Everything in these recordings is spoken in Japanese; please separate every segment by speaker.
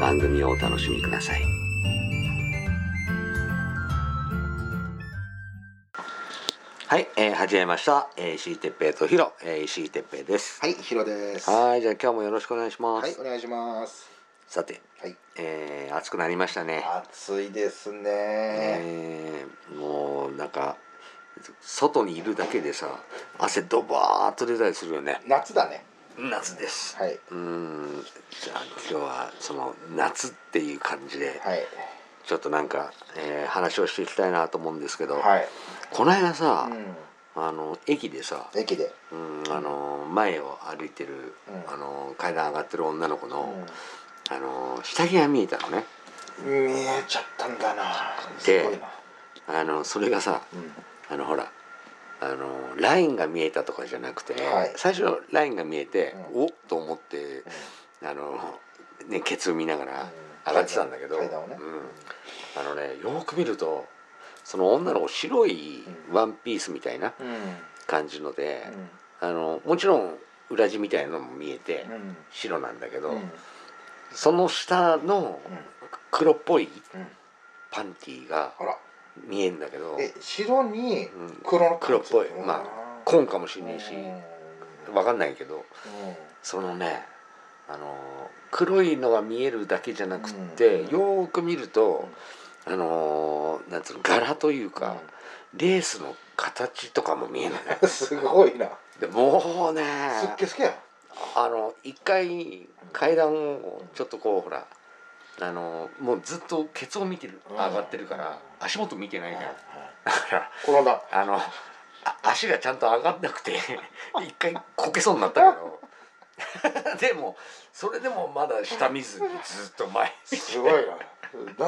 Speaker 1: 番組をお楽しみください。はい、えー、始めました。えー、石井哲平とヒロ、えー、石井哲平です。
Speaker 2: はい、ヒロです。は
Speaker 1: はい、じゃあ今日もよろしくお願いします。
Speaker 2: い、お願いします。
Speaker 1: さて、
Speaker 2: はい、
Speaker 1: えー、暑くなりましたね。
Speaker 2: 暑いですね。
Speaker 1: えー、もうなんか外にいるだけでさ汗ドバーっと出たりするよね
Speaker 2: 夏だね。
Speaker 1: 夏です、
Speaker 2: はい、
Speaker 1: うーんじゃあ今日はその夏っていう感じで
Speaker 2: はい、
Speaker 1: ちょっとなんか、えー話をしていきたいなと思うんですけど、
Speaker 2: はい。
Speaker 1: この間さ
Speaker 2: う、
Speaker 1: あの駅でさ、
Speaker 2: ん、駅で。
Speaker 1: うん、あの前を歩いてる、
Speaker 2: うん
Speaker 1: あの階段上がってる女の子
Speaker 2: う
Speaker 1: の、あの下着が見えたのね
Speaker 2: ん、見えちゃったんだな。
Speaker 1: です
Speaker 2: ごいな。
Speaker 1: あのそれがさ、
Speaker 2: う
Speaker 1: あのほらあのラインが見えたとかじゃなくて、
Speaker 2: はい
Speaker 1: 最初ラインが見えて、
Speaker 2: うん
Speaker 1: おっと思ってあの、ね、ケツを見ながら上がってたんだけど、
Speaker 2: 階段をね
Speaker 1: うん、あのねよーく見るとその女の子白い
Speaker 2: うん、
Speaker 1: ワンピースみたいなん
Speaker 2: うん、
Speaker 1: 感じので、あのもちろん裏地みたいなのも見えて、
Speaker 2: うん、
Speaker 1: 白なんだけど、
Speaker 2: うん、うん、
Speaker 1: その下の黒っぽい
Speaker 2: うん。
Speaker 1: パンティーが
Speaker 2: あら、
Speaker 1: 見えんだけど、
Speaker 2: え、白に
Speaker 1: うん
Speaker 2: 黒の
Speaker 1: 黒っぽいま
Speaker 2: あ
Speaker 1: 紺かもしれ
Speaker 2: う
Speaker 1: なんいし。わかんないけどそのねあの黒いのが見えるだけじゃなくって、
Speaker 2: うん
Speaker 1: よーく見ると、あのなんつうの柄というか、レースの形とかも見えない
Speaker 2: うん、すごいな。
Speaker 1: でもうね
Speaker 2: すっげすげや。
Speaker 1: あの一回階段をちょっとこうほらあのもうずっとケツを見てる
Speaker 2: うん
Speaker 1: 上がってるから足元見てないから
Speaker 2: はい
Speaker 1: だから
Speaker 2: 転んだ。
Speaker 1: あのあ足がちゃんと上がんなくて 一回こけそうになったけど でもそれでもまだ下見ずにずっと前
Speaker 2: すごいな。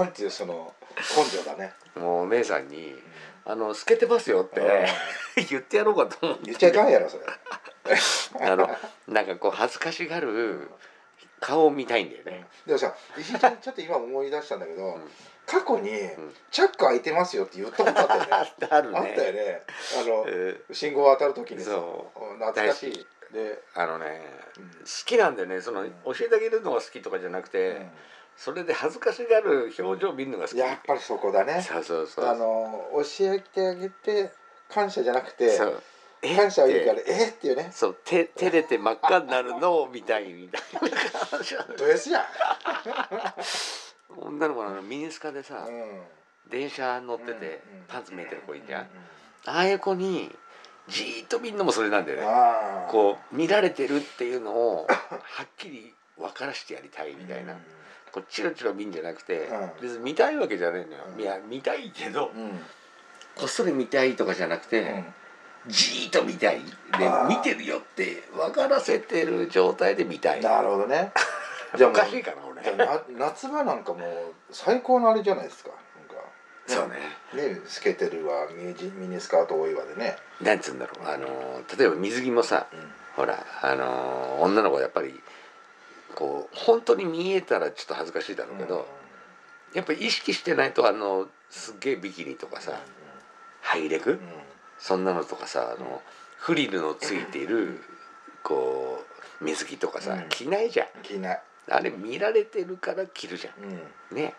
Speaker 2: なんていうその根性だね。
Speaker 1: もうお姉さんに「あの透けてますよ」って言ってやろうかと思って
Speaker 2: 言っちゃいかんやろそれ。
Speaker 1: あのなんかこう恥ずかしがる顔を見たいんだよね。
Speaker 2: でもさ、石井ちゃんちょっと今思い出したんだけど、
Speaker 1: ん
Speaker 2: 過去に
Speaker 1: ん
Speaker 2: チャック開いてますよって言ったことあ ったよね。
Speaker 1: あある
Speaker 2: あったよ
Speaker 1: ね。
Speaker 2: ね。あの、
Speaker 1: うん
Speaker 2: 信号当たる時にさ、
Speaker 1: そ
Speaker 2: 懐かしい。で、
Speaker 1: あのね
Speaker 2: うん
Speaker 1: 好きなんだよねその
Speaker 2: うん
Speaker 1: 教えてあげるのが好きとかじゃなくて、それで恥ずかしがる表情を見るのが好き
Speaker 2: うんやっぱりそこだね。
Speaker 1: そうそうそう
Speaker 2: あの教えてあげて感謝じゃなくて、
Speaker 1: そうえ
Speaker 2: 感謝を言うか
Speaker 1: っ
Speaker 2: らえっていうね
Speaker 1: て。そう手照れて真っ赤になるのを見たいみたいな感じなの
Speaker 2: ド S や。
Speaker 1: 女の子なのミニスカでさ、
Speaker 2: うん。
Speaker 1: 電車乗ってて
Speaker 2: うんうん
Speaker 1: パンツ見えてる子いいじゃん、
Speaker 2: うん
Speaker 1: ああいう子にじーっと見るのもそれなんだよね
Speaker 2: あー
Speaker 1: こう見られてるっていうの をはっきり分からしてやりたいみたいな、こうチロチロ見んじゃなくて、
Speaker 2: うん
Speaker 1: 別に見たいわけじゃねえのよ、
Speaker 2: うん
Speaker 1: いや見たいけど、
Speaker 2: うんうん
Speaker 1: こっそり見たいとかじゃなくて、じーっと見たいで
Speaker 2: あー
Speaker 1: 見てるよって分からせてる状態で見たい
Speaker 2: なるほど ねじゃあ
Speaker 1: お
Speaker 2: もう
Speaker 1: かしいかな俺
Speaker 2: じゃあな夏場なんかもう最高のあれじゃないですか
Speaker 1: そうね
Speaker 2: なんかね透けてるわミニミニスカート多いわでね、
Speaker 1: なんつうんだろうあの例えば水着もさほらあの女の子はやっぱりこう本当に見えたらちょっと恥ずかしいだろうけど、やっぱり意識してないとあのすっげえビキニとかさハイレク、
Speaker 2: うん
Speaker 1: そんなのとかさあのフリルのついているこう水着とかさ、
Speaker 2: うん
Speaker 1: 着ないじゃん
Speaker 2: 着ない、
Speaker 1: あれ見られてるから着るじゃ
Speaker 2: うんうん
Speaker 1: んね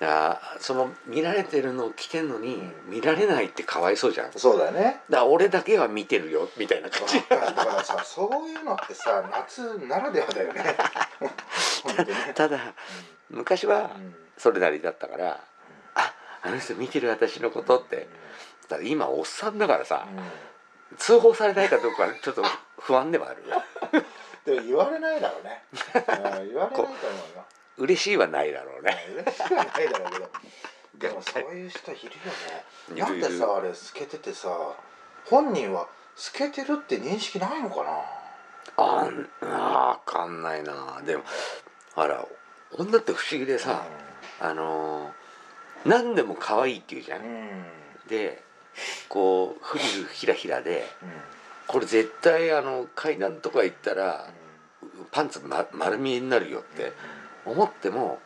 Speaker 1: あーその見られてるのを着てんのに見られないってかわいそうじゃんだか
Speaker 2: そうだよね
Speaker 1: ら俺だけは見てるよみたいな感じ
Speaker 2: だからさそういうのってさ夏ならではだよねそうなんだよ ね
Speaker 1: ただ昔は
Speaker 2: うん
Speaker 1: それなりだったから「ああの人見てる私のこと」ってだから今おっさんだからさ
Speaker 2: う
Speaker 1: 通報されないかどうかちょっと不安ではある
Speaker 2: んでも言われないだろ うねうん言われないと思うよ
Speaker 1: 嬉しいはないだろ うね
Speaker 2: 嬉しくはないだろうけどでもそういう人いるよ
Speaker 1: いるいる
Speaker 2: ねなんでさあれ透けててさ本人は透けてるって認識ないのかな
Speaker 1: あんあ分かんないなでもあら女って不思議でさ、あのー何でも可愛いって言うじゃ
Speaker 2: うん
Speaker 1: ん、
Speaker 2: うん
Speaker 1: でこうフリルひらひらでこれ絶対あの階段とか行ったらパンツ、ま、丸見えになるよって思っても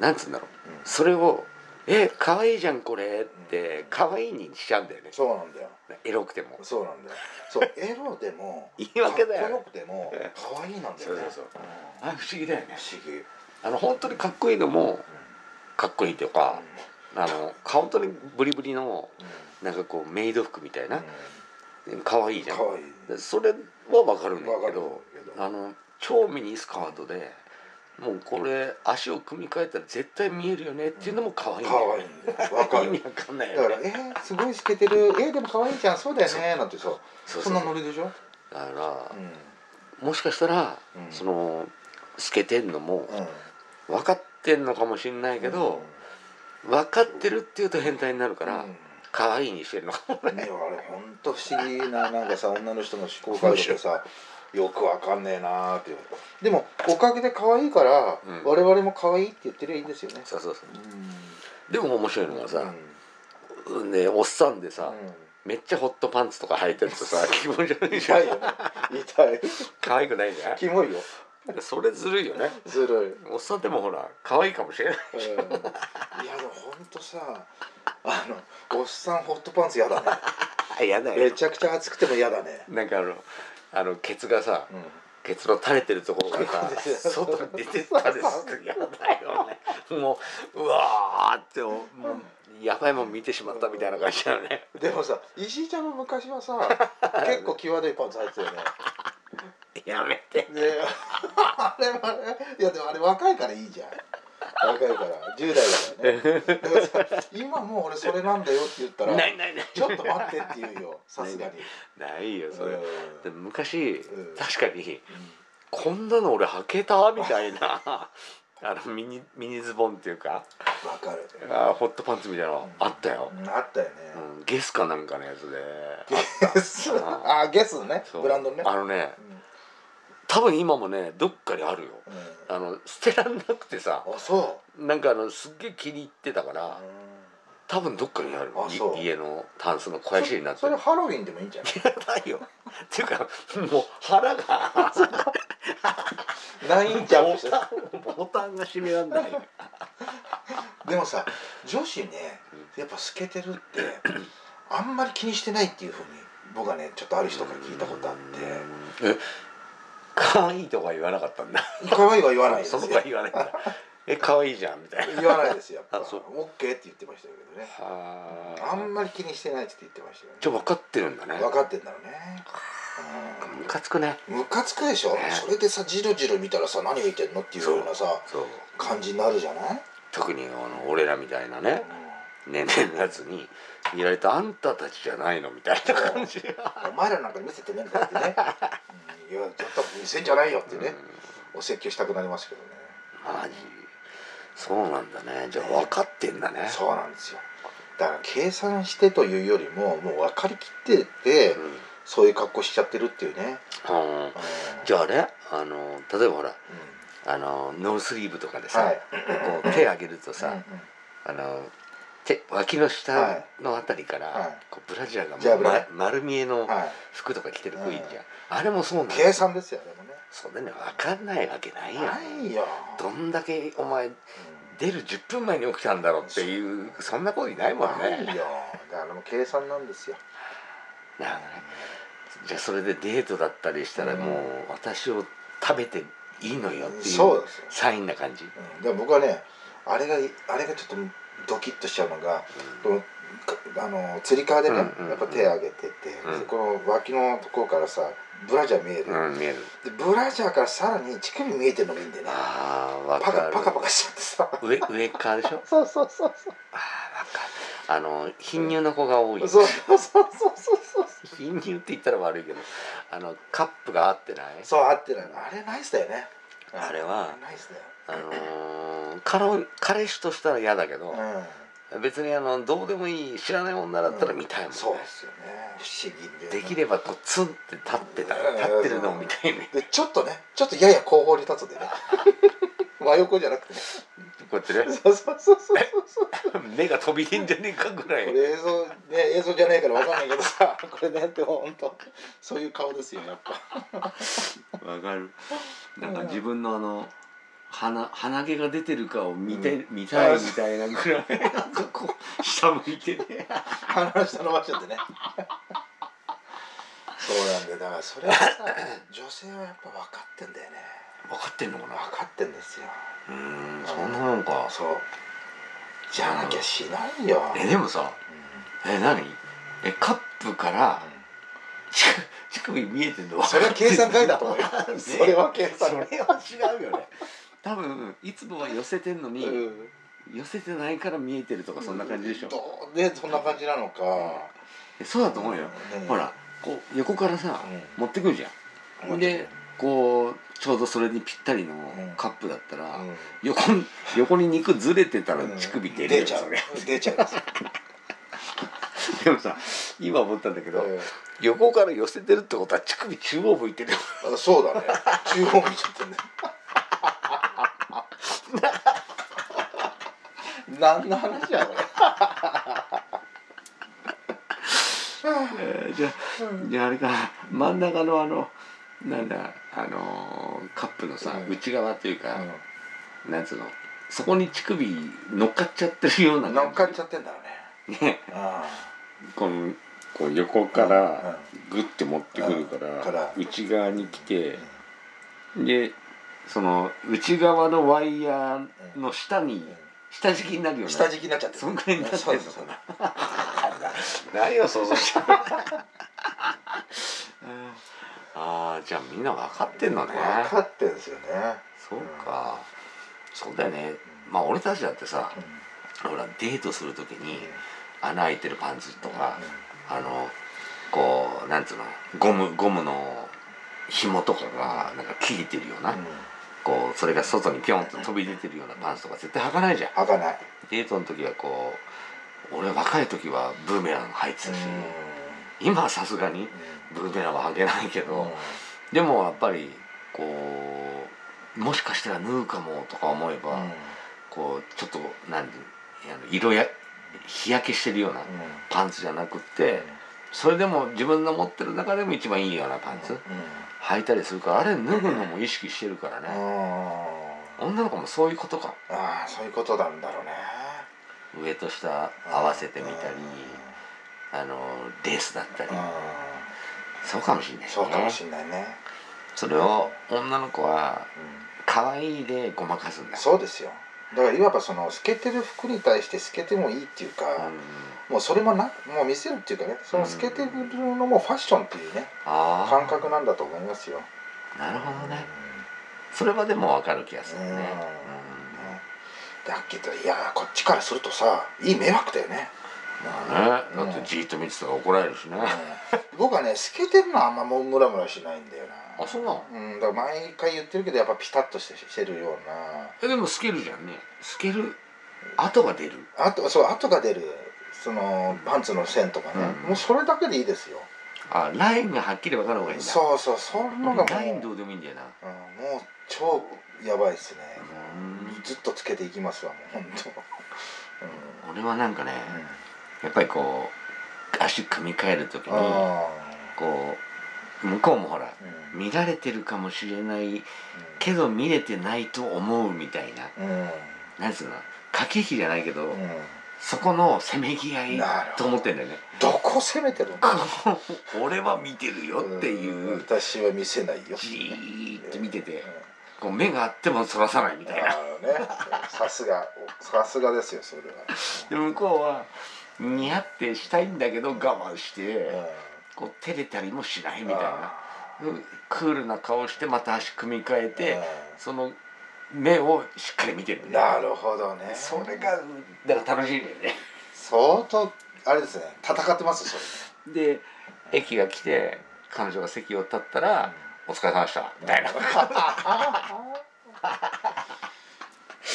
Speaker 1: なんつうんだろう
Speaker 2: うん
Speaker 1: それを「え可愛いじゃんこれ」って可愛いにしちゃうんだよね
Speaker 2: そうなんだよ
Speaker 1: エロくても
Speaker 2: そうなんだよ そうエロでも
Speaker 1: 言い訳だよ
Speaker 2: かっこよくても可愛いなんだよね
Speaker 1: そうそう
Speaker 2: うん
Speaker 1: あ不思議だよね
Speaker 2: 不思議
Speaker 1: あの本当にかっこいいのもかっこいいというか、あの本当にブリブリのなんかこうメイド服みたいな、可愛いじゃん
Speaker 2: 可愛い
Speaker 1: でそれはわかるんだ
Speaker 2: わか
Speaker 1: け
Speaker 2: る
Speaker 1: ど
Speaker 2: けど
Speaker 1: あの超ミニスカートでもうこれ足を組み替えたら絶対見えるよねっていうのも可愛いんだ
Speaker 2: 可
Speaker 1: よ
Speaker 2: 愛
Speaker 1: ね
Speaker 2: いんだよわか
Speaker 1: 意味
Speaker 2: る
Speaker 1: わかんない
Speaker 2: だか
Speaker 1: よ
Speaker 2: ら
Speaker 1: ね
Speaker 2: えーすごい透けてるえーでも可愛いじゃんそうだよねなんてさ
Speaker 1: そう
Speaker 2: そ
Speaker 1: そうんだ
Speaker 2: な
Speaker 1: か
Speaker 2: ノリでしょ
Speaker 1: ら
Speaker 2: う、ん
Speaker 1: もしかしたら、
Speaker 2: うん
Speaker 1: その透けてんのも
Speaker 2: うん
Speaker 1: 分かってんのかもしれないけど、分かってるっていうと変態になるか
Speaker 2: うん
Speaker 1: ら、可愛いにしてるのかも
Speaker 2: ね、あれ本当不思議ななんかさ女の人の思考回路ってさよくわかんねえなーっていうでもおかげで可愛いから、
Speaker 1: うん
Speaker 2: 我々も可愛いって言ってりゃいいんですよね
Speaker 1: そうそうそう
Speaker 2: う
Speaker 1: でも面白いのが
Speaker 2: ん
Speaker 1: さ、ね、おっさんでさ、
Speaker 2: う
Speaker 1: めっちゃホットパンツとか履いてると さ気持ち悪
Speaker 2: ん
Speaker 1: いじゃ
Speaker 2: 痛
Speaker 1: ん
Speaker 2: いよね痛い
Speaker 1: 可愛くないじゃ
Speaker 2: キモいよ
Speaker 1: んそれずるいよね
Speaker 2: ずるい、
Speaker 1: おっさんでもほら可愛いかもしれない
Speaker 2: うん、いやでもほんとさあのおっさんホットパンツやだね
Speaker 1: あ やだ
Speaker 2: めちゃくちゃ暑くても嫌だね
Speaker 1: なんかあのあのケツがさ
Speaker 2: うん
Speaker 1: ケツの垂れてるところがさ外に出てったですやだよねもううわーってもうやばいもん見てしまったみたいな感じだよね
Speaker 2: でもさ石井ちゃんも昔はさ結構際どいパンツ履いてたよね
Speaker 1: やめて
Speaker 2: ね あれはねいやでもあれ若いからいいじゃん若いから10代だからねだからさ今もう俺それなんだよって言った
Speaker 1: ない
Speaker 2: ら
Speaker 1: ないない
Speaker 2: ちょっと待ってって言うよさすがに
Speaker 1: ないよそれで
Speaker 2: う
Speaker 1: も昔
Speaker 2: うん
Speaker 1: 確かに
Speaker 2: ん
Speaker 1: こんなの俺履けたみたいなあのミニミニズボンっていうか
Speaker 2: わかる
Speaker 1: あーホットパンツみたいなのあったよ、
Speaker 2: うんあったよね
Speaker 1: うん、ゲスかなんかのやつで
Speaker 2: ゲス
Speaker 1: あ
Speaker 2: あゲスね
Speaker 1: そう
Speaker 2: ブランドね
Speaker 1: あのね
Speaker 2: うん
Speaker 1: 多分今もねどっかにあるよ
Speaker 2: うん
Speaker 1: あの捨てらんなくてさ
Speaker 2: あそ
Speaker 1: なんかあのすっげえ気に入ってたか
Speaker 2: う
Speaker 1: ら
Speaker 2: う
Speaker 1: 多分どっかにある
Speaker 2: あそう
Speaker 1: い家のタンスの肥やしになっ
Speaker 2: ん
Speaker 1: て
Speaker 2: それ
Speaker 1: る
Speaker 2: ハロウィンでもいいんじゃない
Speaker 1: いらないよ っていうかもう腹が
Speaker 2: ナインジャップして
Speaker 1: ボタンボタンが閉めらんないよ
Speaker 2: でもさ女子ねやっぱ透けてるってあんまり気にしてないっていうふうに僕はねちょっとある人から聞いたことあって
Speaker 1: え可愛いとか言わなかったんだ
Speaker 2: 可愛いは言わないで
Speaker 1: そ
Speaker 2: すよ
Speaker 1: の子は言わないんだえ可愛いじゃんみたいな
Speaker 2: 言わないですよやっぱ
Speaker 1: あそう
Speaker 2: オッケーって言ってましたけどね
Speaker 1: は
Speaker 2: あん
Speaker 1: あ
Speaker 2: まり気にしてないって言ってました
Speaker 1: じゃ
Speaker 2: よ
Speaker 1: あ分かってるんだね
Speaker 2: ね分かってんだろうね
Speaker 1: ムカつくね
Speaker 2: うんムカつくでしょ
Speaker 1: ね
Speaker 2: それでさジロジロ見たらさ何見てんのっていうようなさ
Speaker 1: そう
Speaker 2: 感じになるじゃない
Speaker 1: 特にあの俺らみたいなね年齢のやつに見られたあんたたちじゃないのみたいな感じが
Speaker 2: お前らなんかに見せてねえんだってねうんいやちょっと見せんじゃないよってねお説教したくなりますけどね
Speaker 1: マジそうなんだねじゃあ分かってんだね
Speaker 2: そうなんですよだから計算してというよりももう分かりきってて、
Speaker 1: うん、うん
Speaker 2: そういう格好しちゃってるっていうね、
Speaker 1: じゃあねあの例えばほらあのノースリーブとかでさ、
Speaker 2: はい
Speaker 1: こう手上げるとさ、
Speaker 2: うんうん
Speaker 1: あの手脇の下のあたりから、
Speaker 2: はい
Speaker 1: こうブラジャーが
Speaker 2: ジャ
Speaker 1: もう、
Speaker 2: ーブラ
Speaker 1: ま丸見えの
Speaker 2: はい、
Speaker 1: 服とか着てる子いいじゃん、
Speaker 2: うん
Speaker 1: あれもそうなんだ
Speaker 2: 計算ですよでもね
Speaker 1: そんなの分かんないわけないよ
Speaker 2: ないよ
Speaker 1: どんだけお前出る10分前に起きたんだろうっていうそんなこといないもん
Speaker 2: な
Speaker 1: ね
Speaker 2: いよだからもう計算なんですよ
Speaker 1: なるほどねじゃあそれでデートだったりしたらもう私を食べていいのよってい
Speaker 2: そう
Speaker 1: う
Speaker 2: ですよ
Speaker 1: サインな感じ
Speaker 2: うんでも僕はねあれがあれがちょっとドキッとしちゃうのが、このかあのつり革でね、
Speaker 1: うんうんうん
Speaker 2: やっぱ手上げてて、
Speaker 1: うん
Speaker 2: この脇のところからさブラジャー見える、
Speaker 1: うん、見える。
Speaker 2: でブラジャーからさらに乳首見えてるのがいいんでね
Speaker 1: ああ、わか
Speaker 2: パカ
Speaker 1: る。
Speaker 2: パカパカしちゃってさ
Speaker 1: 上、上からでしょ
Speaker 2: そうそうそうそう
Speaker 1: ああ、わかる。あの、貧乳の子が多い。
Speaker 2: そうそうそうそうそう
Speaker 1: 貧乳って言ったら悪いけど、あの、カップが合ってない
Speaker 2: そうあってないのあれナイスだよね
Speaker 1: あれは
Speaker 2: ナイスだよ
Speaker 1: あのー彼を彼氏としたら嫌だけど、別にあのどうでもいい知らない女だったら見たいもんね、
Speaker 2: そうですよね不思議で
Speaker 1: できればこうツンって立ってた立ってるのを見たいね
Speaker 2: でちょっとねちょっとやや後方に立つで ね真横じゃなくてね
Speaker 1: こうやってね
Speaker 2: そうそうそうそうそう
Speaker 1: 目が飛び出んじゃねえかぐらい
Speaker 2: これ映像ね映像じゃないからわかんないけどさこれねでも本当そういう顔ですよやっぱ
Speaker 1: わかるなんか自分のあの鼻鼻毛が出てるかを見て、見たいみたいなぐらいなんかこう下向いてね
Speaker 2: 鼻の下伸ばしちゃってね そうなんだよだからそれはさ女性はやっぱ分かってんだよね
Speaker 1: 分かってんのか
Speaker 2: 分
Speaker 1: な
Speaker 2: かってんですよ
Speaker 1: うーんそんなもんか
Speaker 2: そうじゃなきゃしないよ、
Speaker 1: えでもさえ何えカップから乳乳首見えてんの
Speaker 2: それは計算 外だと思うよ
Speaker 1: ね
Speaker 2: それは計
Speaker 1: そ
Speaker 2: 算
Speaker 1: れ
Speaker 2: 外
Speaker 1: は違うよね多分いつもは寄せてんのに、
Speaker 2: うん
Speaker 1: 寄せてないから見えてるとかそんな感じでしょ、
Speaker 2: どうねそんな感じなのか、
Speaker 1: えそうだと思うよ、
Speaker 2: うん
Speaker 1: ほらこう横からさ、
Speaker 2: う
Speaker 1: 持ってくるじゃん、
Speaker 2: ん
Speaker 1: でこうちょうどそれにぴったりの
Speaker 2: ん
Speaker 1: カップだったら、
Speaker 2: うん
Speaker 1: 横に横に肉ずれてたら
Speaker 2: うん
Speaker 1: 乳首出るよ、
Speaker 2: 出ちゃう
Speaker 1: それ
Speaker 2: 出ちゃいます
Speaker 1: でもさ今思ったんだけど、
Speaker 2: う
Speaker 1: 横から寄せてるってことは乳首中央向いてるよ
Speaker 2: んそうだね中央見ちゃってんね何の話やこれ
Speaker 1: えーじゃあじゃああれか真ん中のあのなんだあのーカップのさ、
Speaker 2: うん
Speaker 1: 内側というか、
Speaker 2: う
Speaker 1: なんつうのそこに乳首乗っかっちゃってるようなん感じ
Speaker 2: 乗っかっちゃってんだろうね
Speaker 1: ね
Speaker 2: あ
Speaker 1: このこう横か
Speaker 2: うんう
Speaker 1: ら
Speaker 2: ん
Speaker 1: グッて持ってくるから,、
Speaker 2: うんから
Speaker 1: 内側に来て、でその内側のワイヤーの下に、下敷きになるよ
Speaker 2: あ
Speaker 1: ね
Speaker 2: 下敷きになっちゃってる
Speaker 1: そんくらいになってんの
Speaker 2: そうそうそう
Speaker 1: 何を想像した ああじゃあみんな分かってんのね
Speaker 2: 分かってんですよね
Speaker 1: そうかそうだよねまあ俺たちだってさほらデートする時に穴開いてるパンツとかあのこうなんつうのゴムゴムの紐とかがなんか切れてるような、こうそれが外にピョンと飛び出てるようなパンツとか絶対履かないじゃん
Speaker 2: 開かない
Speaker 1: デートの時はこう俺若い時はブーメラン履いてたし、今はさすがにブーメランは履けないけど、でもやっぱりこうもしかしたら縫うかもとか思えば、こうちょっと何ていうのあの色や日焼けしてるようなパンツじゃなくってそれでも自分の持ってる中でも一番いいようなパンツ、履いたりするからあれ脱ぐのも意識してるからね、女の子もそういうことか
Speaker 2: ああそういうことなんだろうね
Speaker 1: 上と下合わせてみたり、あのレースだったり、そうかもしれないね
Speaker 2: そうかもしんないね
Speaker 1: それを女の子は可愛いでごまかすんだ
Speaker 2: そうですよだからいわばその透けてる服に対して透けてもいいっていうか
Speaker 1: ん
Speaker 2: もうそれもなもう見せるっていうかねその透けてるのもファッションっていうね
Speaker 1: あ
Speaker 2: 感覚なんだと思いますよ
Speaker 1: あなるほどねそれはでもわかる気がするね
Speaker 2: うん
Speaker 1: うん
Speaker 2: だけどいやこっちからするとさいい迷惑だよね
Speaker 1: まあねだってじーっと見てたら怒られるしね
Speaker 2: うん僕はね透けてるのはあんまもうムラムラしないんだよな
Speaker 1: あそうなの
Speaker 2: うんだから毎回言ってるけどやっぱピタッとしてしてるような
Speaker 1: えでも透けるじゃんね透ける跡が出る
Speaker 2: あとそう跡が出るそのパンツの線とかね、
Speaker 1: うん
Speaker 2: もうそれだけでいいですよ、
Speaker 1: あラインがはっきりわかる方がいいんだ
Speaker 2: そうそうそんなのがもう、
Speaker 1: ライン
Speaker 2: うん
Speaker 1: どうでもいいんだよな
Speaker 2: もう超やばいですね
Speaker 1: うん
Speaker 2: ずっとつけていきますわもう本当。
Speaker 1: 俺はなんかね
Speaker 2: うんうん
Speaker 1: やっぱりこう足組み替える時に
Speaker 2: あ
Speaker 1: こう向こうもほら
Speaker 2: ーうん
Speaker 1: 見られてるかもしれないけど見れてないと思うみたいな
Speaker 2: うん
Speaker 1: なんつうの駆け引きじゃないけど、
Speaker 2: うん
Speaker 1: そこのせめぎ合い
Speaker 2: なるほ
Speaker 1: と
Speaker 2: ど
Speaker 1: 思ってんだよね
Speaker 2: どこ攻めてるの
Speaker 1: こう俺は見てるよっていう
Speaker 2: うん私は見せないよ
Speaker 1: じーっと見てて
Speaker 2: うん
Speaker 1: こう目があってもそらさないみたい
Speaker 2: あ
Speaker 1: な
Speaker 2: のねさすがさすがですよそれは
Speaker 1: で向こうはニヤってしたいんだけど我慢してこう照れたりもしないみたいな
Speaker 2: あ
Speaker 1: クールな顔してまた足組み替えて
Speaker 2: う
Speaker 1: その目をしっかり見てる
Speaker 2: ん
Speaker 1: んだよ
Speaker 2: なるほどね
Speaker 1: それがだから楽しいんだよね
Speaker 2: 相当あれですね戦ってますそれ
Speaker 1: で駅が来て彼女が席を立ったら「お疲れ様でした」みたいな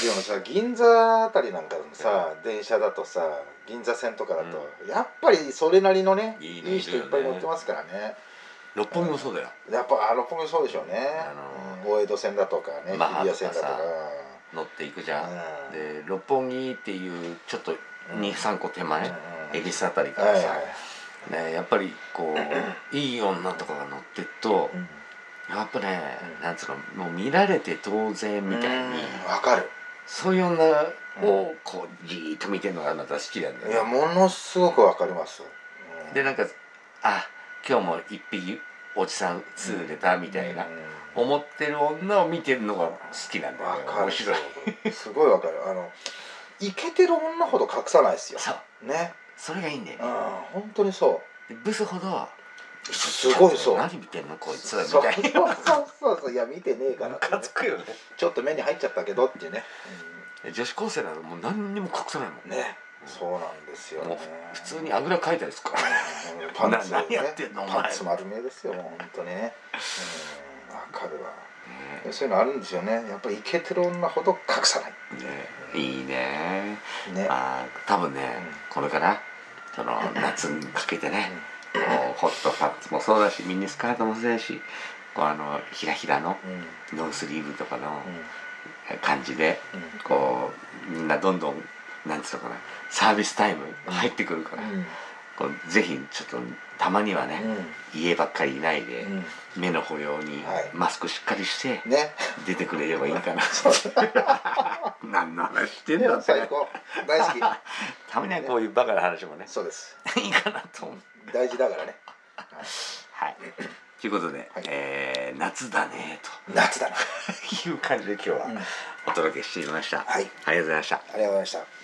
Speaker 2: でもさ銀座あたりなんかのさ、電車だとさ銀座線とかだと、やっぱりそれなりのね
Speaker 1: い
Speaker 2: い
Speaker 1: い
Speaker 2: い
Speaker 1: ね
Speaker 2: 人いっぱい乗ってますからね
Speaker 1: 六本木もそうだよ
Speaker 2: やっぱあ六本木そうでしょうね、
Speaker 1: あの
Speaker 2: うん大江戸線だとかね日
Speaker 1: マ
Speaker 2: 比
Speaker 1: ハ
Speaker 2: 谷
Speaker 1: とか
Speaker 2: 線だと
Speaker 1: さ
Speaker 2: か、
Speaker 1: 乗っていくじゃん
Speaker 2: うん、
Speaker 1: で六本木っていうちょっと
Speaker 2: うん
Speaker 1: 23個手
Speaker 2: うん
Speaker 1: 前恵比寿あたりか
Speaker 2: はい
Speaker 1: ら
Speaker 2: はい
Speaker 1: さ、ね、やっぱりこういい女とかが乗ってっと
Speaker 2: うん
Speaker 1: やっぱね
Speaker 2: うん
Speaker 1: なんつうのもう見られて当然みたいに
Speaker 2: うんわかる
Speaker 1: そういう女をこうじーっと見てるのがまた好きなんだよ
Speaker 2: い
Speaker 1: ね
Speaker 2: やものすごくわかります、うん
Speaker 1: でなんかあ今日も一匹おじさん釣れたみたいな、
Speaker 2: うん
Speaker 1: 思ってる女を見てるのが好きなんだ
Speaker 2: わ
Speaker 1: よ
Speaker 2: か
Speaker 1: 面
Speaker 2: る
Speaker 1: 白い
Speaker 2: すごいわかるあのイケてる女ほど隠さないですよ
Speaker 1: そう
Speaker 2: ね
Speaker 1: それがいいんだよ
Speaker 2: うん
Speaker 1: ね
Speaker 2: 本当にそ
Speaker 1: でブスほど
Speaker 2: すごいそう
Speaker 1: 何見てんの
Speaker 2: う
Speaker 1: こいつ
Speaker 2: そう
Speaker 1: はみ
Speaker 2: そう
Speaker 1: たい
Speaker 2: そうそうそういや見てねえか
Speaker 1: な
Speaker 2: ら
Speaker 1: ム
Speaker 2: ってね
Speaker 1: カ つくよね
Speaker 2: ちょっと目に入っちゃったけどっていうね、
Speaker 1: で女子高生ならもう何にも隠さないも
Speaker 2: うんんねそうなんですよね
Speaker 1: もう普通にあぐらかいたですから
Speaker 2: うんパンツ、ね、
Speaker 1: な何やってんのお前
Speaker 2: パンツ丸見えですよもう本当にねうんわかるわ
Speaker 1: ね
Speaker 2: そういうのあるんですよねやっぱりイケてる女ほど隠さない
Speaker 1: ねいいね
Speaker 2: ね
Speaker 1: あー多分ね
Speaker 2: うん
Speaker 1: これからその夏にかけてねこうホットパンツもそうだしミニスカートもそうだしこうあのひらひらの
Speaker 2: うんうん
Speaker 1: ノースリーブとかの
Speaker 2: うん
Speaker 1: 感じでこうみんなどんどんなんつうのかなサービスタイム入ってくるから、こうぜひちょっとたまには
Speaker 2: う
Speaker 1: ね、
Speaker 2: ん
Speaker 1: 家ばっかりいないで、
Speaker 2: うん
Speaker 1: 目の保養に
Speaker 2: はい
Speaker 1: マスクしっかりして
Speaker 2: うんね
Speaker 1: 出てくれればいいかな、 何の話してんだって
Speaker 2: 最高大好き
Speaker 1: たまにはこういうバカな話もね
Speaker 2: そうです
Speaker 1: いいかなと思う
Speaker 2: 大事だからね
Speaker 1: はいということで、
Speaker 2: はい
Speaker 1: えー夏だね
Speaker 2: 夏だな、
Speaker 1: という感じで今日は
Speaker 2: うん
Speaker 1: お届けしてみました、
Speaker 2: はい
Speaker 1: ありがとうございました
Speaker 2: ありがとうございました